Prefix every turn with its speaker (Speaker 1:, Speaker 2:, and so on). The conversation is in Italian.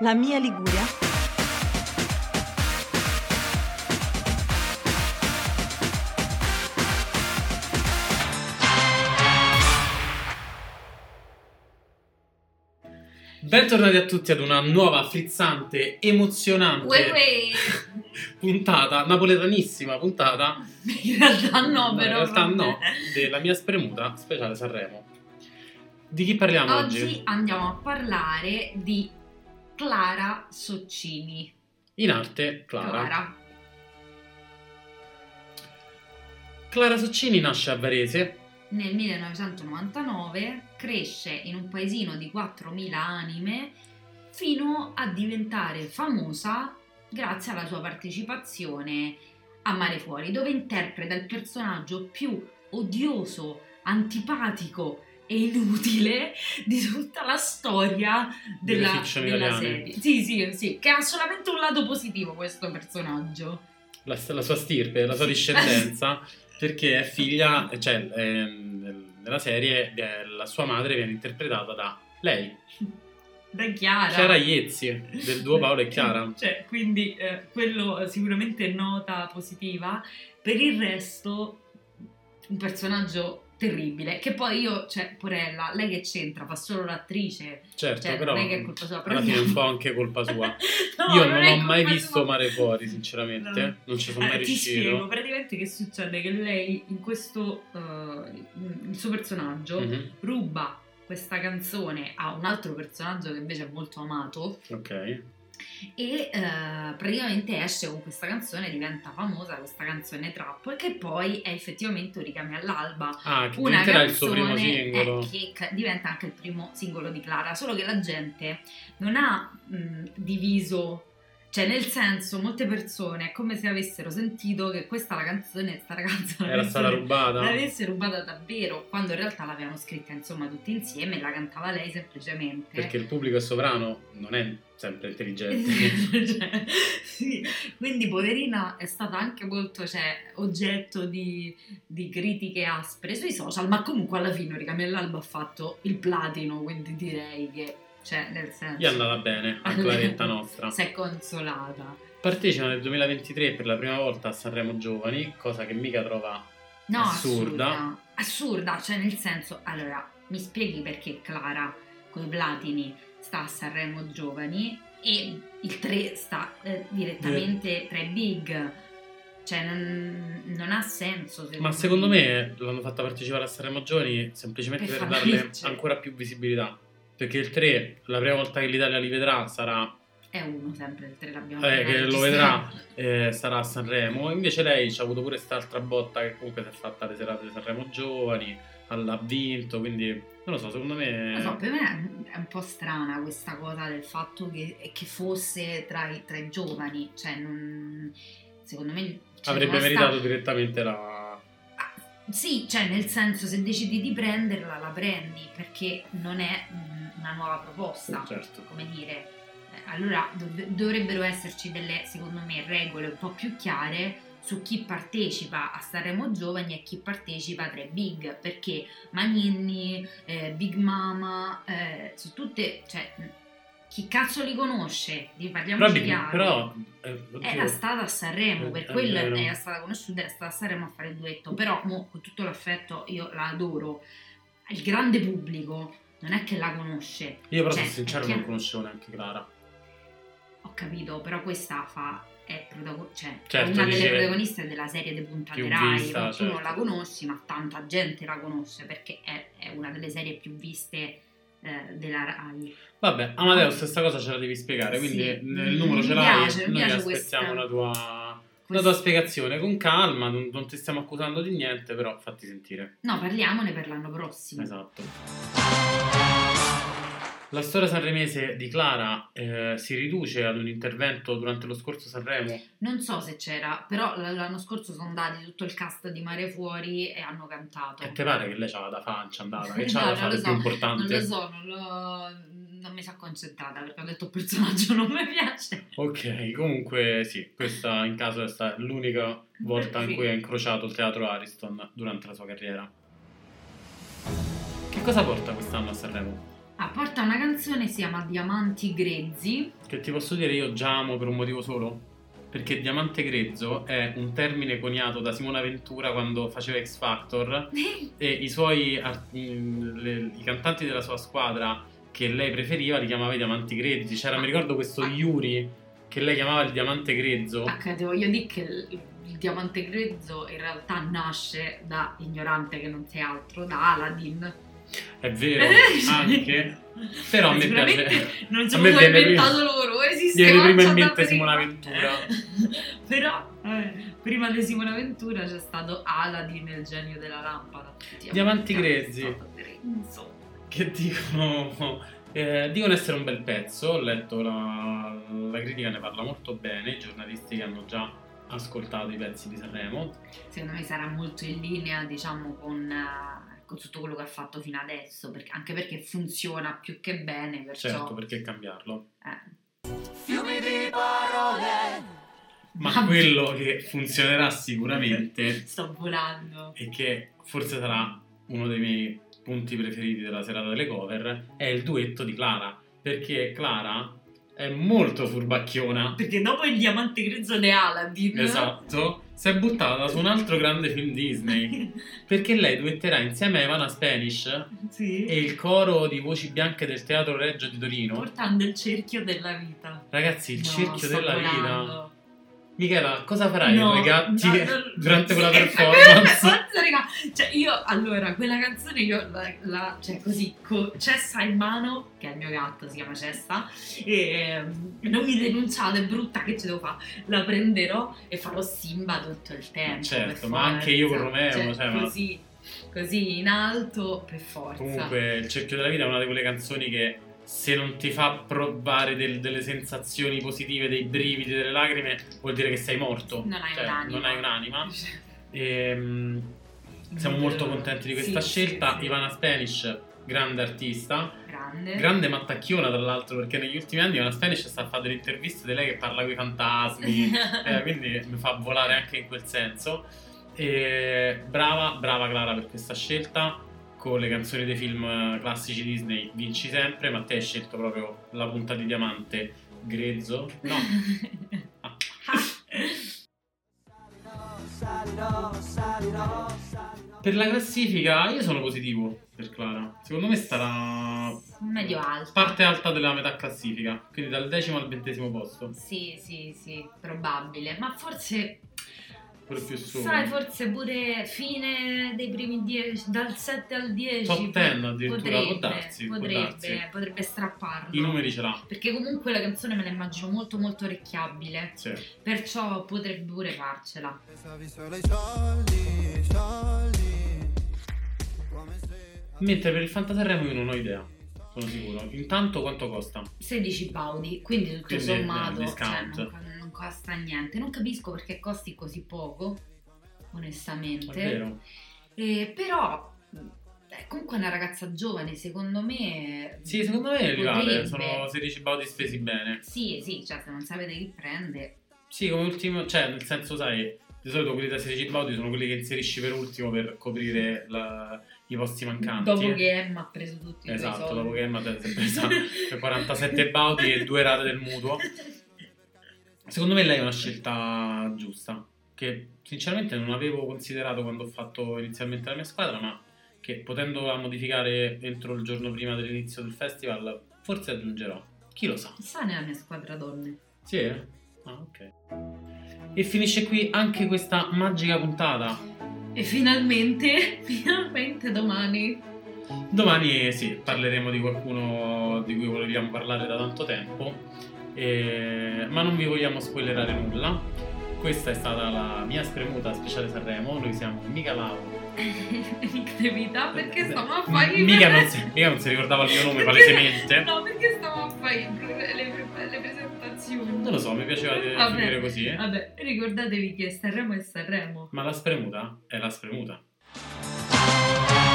Speaker 1: La mia Liguria.
Speaker 2: Bentornati a tutti ad una nuova, frizzante, emozionante
Speaker 3: Uè, uè.
Speaker 2: puntata, napoletanissima puntata.
Speaker 3: In realtà Ah, no,
Speaker 2: in
Speaker 3: però.
Speaker 2: realtà
Speaker 3: vabbè.
Speaker 2: no, della mia spremuta speciale Sanremo. Di chi
Speaker 3: Oh,
Speaker 2: parliamo oggi?
Speaker 3: Oggi andiamo a parlare di Clara Soccini.
Speaker 2: In arte, Clara. Clara Soccini nasce a Varese,
Speaker 3: Nel 1999 cresce in un paesino di 4.000 anime fino a diventare famosa grazie alla sua partecipazione a Mare Fuori, dove interpreta il personaggio più odioso, antipatico e inutile di tutta la storia
Speaker 2: Delle
Speaker 3: della,
Speaker 2: fiction
Speaker 3: della
Speaker 2: italiane.
Speaker 3: serie. Sì, sì, sì, che ha solamente un lato positivo questo personaggio.
Speaker 2: la, la sua stirpe, la sua discendenza, perché è figlia, cioè ehm, nella serie eh, la sua madre viene interpretata da lei,
Speaker 3: Da Chiara.
Speaker 2: Chiara Iezzi, del duo Paolo e Chiara.
Speaker 3: Cioè, quindi eh, quello sicuramente è nota positiva. Per il resto, un personaggio terribile. Che poi io, cioè, Porella, lei che c'entra, fa solo l'attrice.
Speaker 2: Certo,
Speaker 3: Cioè,
Speaker 2: però
Speaker 3: non è che è colpa sua. però
Speaker 2: alla fine è un po'
Speaker 3: andiamo.
Speaker 2: anche colpa sua.
Speaker 3: No,
Speaker 2: Io non,
Speaker 3: è
Speaker 2: ho mai
Speaker 3: colpa
Speaker 2: visto
Speaker 3: sua.
Speaker 2: Mare Fuori, sinceramente,
Speaker 3: No.
Speaker 2: non ci sono
Speaker 3: Eh,
Speaker 2: mai
Speaker 3: ti spiego
Speaker 2: riuscito.
Speaker 3: praticamente che succede che lei in questo eh, il suo personaggio
Speaker 2: Mhm,
Speaker 3: ruba questa canzone a un altro personaggio che invece è molto amato
Speaker 2: Ok,
Speaker 3: e eh, praticamente esce con questa canzone, diventa famosa questa canzone trap che poi è effettivamente Origami all'alba.
Speaker 2: ah, che
Speaker 3: Una
Speaker 2: diventerà
Speaker 3: canzone
Speaker 2: il suo primo singolo.
Speaker 3: eh, che ca- diventa anche il primo singolo di Clara, solo che la gente non ha mh, diviso, cioè nel senso molte persone è come se avessero sentito che questa la canzone, sta ragazza
Speaker 2: Era stata rubata.
Speaker 3: l'avesse rubata davvero, quando in realtà l'avevano scritta insomma tutti insieme e la cantava lei semplicemente.
Speaker 2: Perché il pubblico è sovrano, non è sempre intelligente.
Speaker 3: Cioè, sì. Quindi poverina è stata anche molto cioè, oggetto di, di critiche aspre sui social, ma comunque alla fine Origami all'alba ha fatto il platino, quindi direi che, cioè, nel
Speaker 2: Gli è
Speaker 3: senso,
Speaker 2: andata bene, a Claretta nostra.
Speaker 3: si è consolata.
Speaker 2: Partecipa nel 2023 per la prima volta a Sanremo Giovani, cosa che mica trova
Speaker 3: No,
Speaker 2: Assurda.
Speaker 3: assurda. assurda. cioè nel senso, allora, mi spieghi perché Clara con i platini sta a Sanremo Giovani e il 3 sta eh, direttamente tra i big. Cioè non, non ha senso.
Speaker 2: Ma secondo me l'hanno fatta partecipare a Sanremo Giovani semplicemente per,
Speaker 3: Per farla
Speaker 2: darle
Speaker 3: vincere.
Speaker 2: ancora più visibilità. Perché il 3, la prima volta che l'Italia li vedrà, sarà,
Speaker 3: È uno sempre il 3 l'abbiamo
Speaker 2: eh,
Speaker 3: appena
Speaker 2: che lo vedrà,
Speaker 3: registrato.
Speaker 2: eh, sarà a Sanremo. Invece lei ci ha avuto pure quest'altra botta che comunque si è fatta alle serate di Sanremo Giovani, l'ha vinto, quindi non lo so, secondo me...
Speaker 3: Non so, per me è un po' strana questa cosa del fatto che, che fosse tra i, tra i giovani. Cioè, non, secondo me. cioè,
Speaker 2: Avrebbe
Speaker 3: basta-
Speaker 2: meritato direttamente la...
Speaker 3: Sì, cioè nel senso se decidi di prenderla la prendi perché non è mm, una nuova proposta,
Speaker 2: Certo.
Speaker 3: come dire. eh, Allora dov- dovrebbero esserci delle, secondo me, regole un po' più chiare su chi partecipa a Sanremo Giovani e chi partecipa tra i big, perché Magnini, eh, Big Mama, eh, su tutte, cioè mm, chi cazzo li conosce? Di- Parliamoci
Speaker 2: Però,
Speaker 3: chiaro.
Speaker 2: però eh, oddio. Eh,
Speaker 3: Era stata a Sanremo, per
Speaker 2: È
Speaker 3: quello
Speaker 2: vero.
Speaker 3: era stata conosciuta, era stata a Sanremo a fare il duetto, però mo, con tutto l'affetto io la adoro. Il grande pubblico non è che la conosce,
Speaker 2: Io però
Speaker 3: cioè,
Speaker 2: sono sincero
Speaker 3: è
Speaker 2: non
Speaker 3: chiaro.
Speaker 2: conoscevo neanche Clara.
Speaker 3: ho capito, però questa fa è protago- cioè, è
Speaker 2: Certo,
Speaker 3: una
Speaker 2: dice-
Speaker 3: delle protagoniste della serie De Punta
Speaker 2: più
Speaker 3: de Rai,
Speaker 2: vista,
Speaker 3: tu non
Speaker 2: certo.
Speaker 3: la conosci, ma tanta gente la conosce perché è, è una delle serie più viste eh, della Rai.
Speaker 2: Vabbè, Amadeo, stessa cosa ce la devi spiegare, quindi
Speaker 3: Sì. Mm,
Speaker 2: nel numero ce
Speaker 3: Mi
Speaker 2: l'hai,
Speaker 3: piace, mi
Speaker 2: noi
Speaker 3: piace
Speaker 2: aspettiamo
Speaker 3: questa-
Speaker 2: la tua, la
Speaker 3: Questo-
Speaker 2: tua spiegazione con calma, non, non ti stiamo accusando di niente, però fatti sentire.
Speaker 3: No, parliamone per l'anno prossimo.
Speaker 2: Esatto. La storia sanremese di Clara eh, si riduce ad un intervento durante lo scorso Sanremo.
Speaker 3: Non so se c'era, però l- l'anno scorso sono andati tutto il cast di Mare Fuori e hanno cantato.
Speaker 2: E te pare che lei c'ha da fancia andata, che c'ha
Speaker 3: No,
Speaker 2: da
Speaker 3: non
Speaker 2: fare
Speaker 3: lo
Speaker 2: il
Speaker 3: so,
Speaker 2: più
Speaker 3: Non lo
Speaker 2: importante.
Speaker 3: so, non, l'ho- non mi sono concentrata perché ho detto il personaggio non mi piace.
Speaker 2: Ok, comunque sì, questa in caso è stata l'unica volta in
Speaker 3: Sì.
Speaker 2: cui ha incrociato il teatro Ariston durante la sua carriera. Che cosa porta quest'anno a Sanremo?
Speaker 3: Ah, porta una canzone, si chiama Diamanti Grezzi.
Speaker 2: Che ti posso dire io già amo per un motivo solo? Perché diamante grezzo è un termine coniato da Simona Ventura quando faceva X Factor e i suoi art- mh, le- i cantanti della sua squadra che lei preferiva li chiamava i diamanti grezzi. C'era, mi ricordo, questo Yuri che lei chiamava il diamante grezzo.
Speaker 3: Ah, ti voglio dire che il, il diamante grezzo in realtà nasce da ignorante che non sei altro, da Aladdin.
Speaker 2: È vero, anche. Però a me
Speaker 3: Sicuramente
Speaker 2: piace.
Speaker 3: Non ci
Speaker 2: a me
Speaker 3: hanno
Speaker 2: viene
Speaker 3: inventato
Speaker 2: prima-
Speaker 3: loro, esiste
Speaker 2: Viene prima in
Speaker 3: già da
Speaker 2: mente Simona Ventura.
Speaker 3: Però eh, prima di Simona Ventura c'è stato Aladdin, il genio della lampada.
Speaker 2: Diamanti grezzi.
Speaker 3: grezzo.
Speaker 2: che dicono, eh, dicono essere un bel pezzo. Ho letto la, la critica, ne parla molto bene. I giornalisti che hanno già ascoltato i pezzi di Sanremo.
Speaker 3: Secondo me sarà molto in linea, diciamo, con, eh, con tutto quello che ha fatto fino adesso, perché- anche perché funziona più che bene, perciò...
Speaker 2: Certo, perché cambiarlo.
Speaker 3: eh.
Speaker 1: Fiumi di parole.
Speaker 2: Ma quello che funzionerà sicuramente
Speaker 3: Sto volando.
Speaker 2: e che forse sarà uno dei miei punti preferiti della serata delle cover è il duetto di Clara. Perché Clara è molto furbacchiona.
Speaker 3: Perché dopo il diamante grezzo di Aladdin...
Speaker 2: Esatto, si è buttata su un altro grande film Disney. Perché lei duetterà insieme a Ivana Spanish
Speaker 3: sì.
Speaker 2: e il coro di voci bianche del Teatro Reggio di Torino.
Speaker 3: Portando il cerchio della vita.
Speaker 2: Ragazzi, il
Speaker 3: No,
Speaker 2: cerchio
Speaker 3: sto
Speaker 2: della vita.
Speaker 3: volando.
Speaker 2: Michela, cosa farai
Speaker 3: No,
Speaker 2: ai gatti
Speaker 3: no, no,
Speaker 2: durante quella
Speaker 3: sì,
Speaker 2: performance?
Speaker 3: Forza, raga. Cioè, io allora, quella canzone io la, la- cioè così co- Cessa in mano, che è il mio gatto, si chiama Cessa. E ehm, non mi denunciate, è brutta che ce devo fare. La prenderò e farò Simba tutto il tempo.
Speaker 2: Certo,
Speaker 3: per
Speaker 2: ma anche io con
Speaker 3: forza.
Speaker 2: Romeo, cioè, ma-
Speaker 3: così, così in alto per forza.
Speaker 2: Comunque, il cerchio della vita è una di quelle canzoni che se non ti fa provare del- delle sensazioni positive, dei brividi, delle lacrime, vuol dire che sei morto.
Speaker 3: Non hai
Speaker 2: Cioè,
Speaker 3: un'anima.
Speaker 2: Non hai un'anima. Ehm, siamo molto contenti di questa
Speaker 3: Sì,
Speaker 2: scelta.
Speaker 3: sì, sì.
Speaker 2: Ivana Spanish, grande artista.
Speaker 3: Grande.
Speaker 2: Grande mattacchiona, tra l'altro, perché negli ultimi anni una Spanish sta a fare delle interviste di lei che parla con i fantasmi, eh, quindi mi fa volare anche in quel senso. E brava, brava Clara per questa scelta. Con le canzoni dei film eh, classici Disney vinci sempre, ma te hai scelto proprio la punta di diamante grezzo. No, Ah.
Speaker 1: Salirò, salirò, salirò.
Speaker 2: per la classifica io sono positivo per Clara. Secondo me sarà
Speaker 3: Medio alto.
Speaker 2: parte alta della metà classifica, quindi dal decimo al ventesimo posto,
Speaker 3: Sì, sì, sì, probabile, ma forse
Speaker 2: pure più su.
Speaker 3: Sai, forse pure fine dei primi 10, dal 7 al 10.
Speaker 2: Top 10 addirittura,
Speaker 3: potrebbe,
Speaker 2: può darsi, può
Speaker 3: potrebbe,
Speaker 2: darsi.
Speaker 3: potrebbe strapparlo.
Speaker 2: I numeri ce l'ha.
Speaker 3: Perché comunque la canzone me la immagino molto molto orecchiabile,
Speaker 2: Sì.
Speaker 3: perciò potrebbe pure farcela.
Speaker 1: Pensavi solo ai soldi, soldi. Come se.
Speaker 2: Mentre per il Fantasanremo io non ho idea, sono sicuro. Intanto quanto costa?
Speaker 3: 16 baudi, quindi tutto
Speaker 2: Quindi, eh,
Speaker 3: sommato cioè,
Speaker 2: discount.
Speaker 3: non, non costa niente. Non capisco perché costi così poco,
Speaker 2: È
Speaker 3: onestamente.
Speaker 2: vero.
Speaker 3: Eh, però eh, comunque è una ragazza giovane, secondo me.
Speaker 2: Sì, secondo me è rivale,
Speaker 3: potrebbe.
Speaker 2: sono 16 baudi spesi bene.
Speaker 3: Sì, sì, cioè se non sapete chi prende.
Speaker 2: Sì, come ultimo, cioè nel senso sai, di solito quelli da 16 baudi sono quelli che inserisci per ultimo per coprire la- i posti mancanti.
Speaker 3: Dopo che Emma ha preso tutti i suoi
Speaker 2: Esatto,
Speaker 3: soldi.
Speaker 2: dopo che Emma te- si è presa per 47 baudi Cioè, e due rate del mutuo. Secondo me lei è una scelta giusta, che sinceramente non avevo considerato quando ho fatto inizialmente la mia squadra, ma che potendola modificare entro il giorno prima dell'inizio del festival, forse aggiungerò. Chi lo sa?
Speaker 3: Chissà nella mia squadra donne.
Speaker 2: Sì? eh? Ah, ok. E finisce qui anche questa magica puntata.
Speaker 3: E finalmente, finalmente domani.
Speaker 2: Domani eh, sì, parleremo di qualcuno di cui volevamo parlare da tanto tempo, eh, ma non vi vogliamo spoilerare nulla. Questa è stata la mia spremuta speciale Sanremo, noi siamo mica Lau.
Speaker 3: Nick De Vita, perché stiamo a
Speaker 2: M-
Speaker 3: fare i-
Speaker 2: Mica non, si, mica non si ricordava il mio nome
Speaker 3: Perché-
Speaker 2: palesemente.
Speaker 3: No, perché stiamo a fare i pre- le, pre- le presentazioni?
Speaker 2: Non lo so, mi piaceva de-
Speaker 3: Vabbè.
Speaker 2: finire così. eh.
Speaker 3: Vabbè, ricordatevi che Sanremo è Sanremo.
Speaker 2: Ma la spremuta è la spremuta.
Speaker 1: Salirò,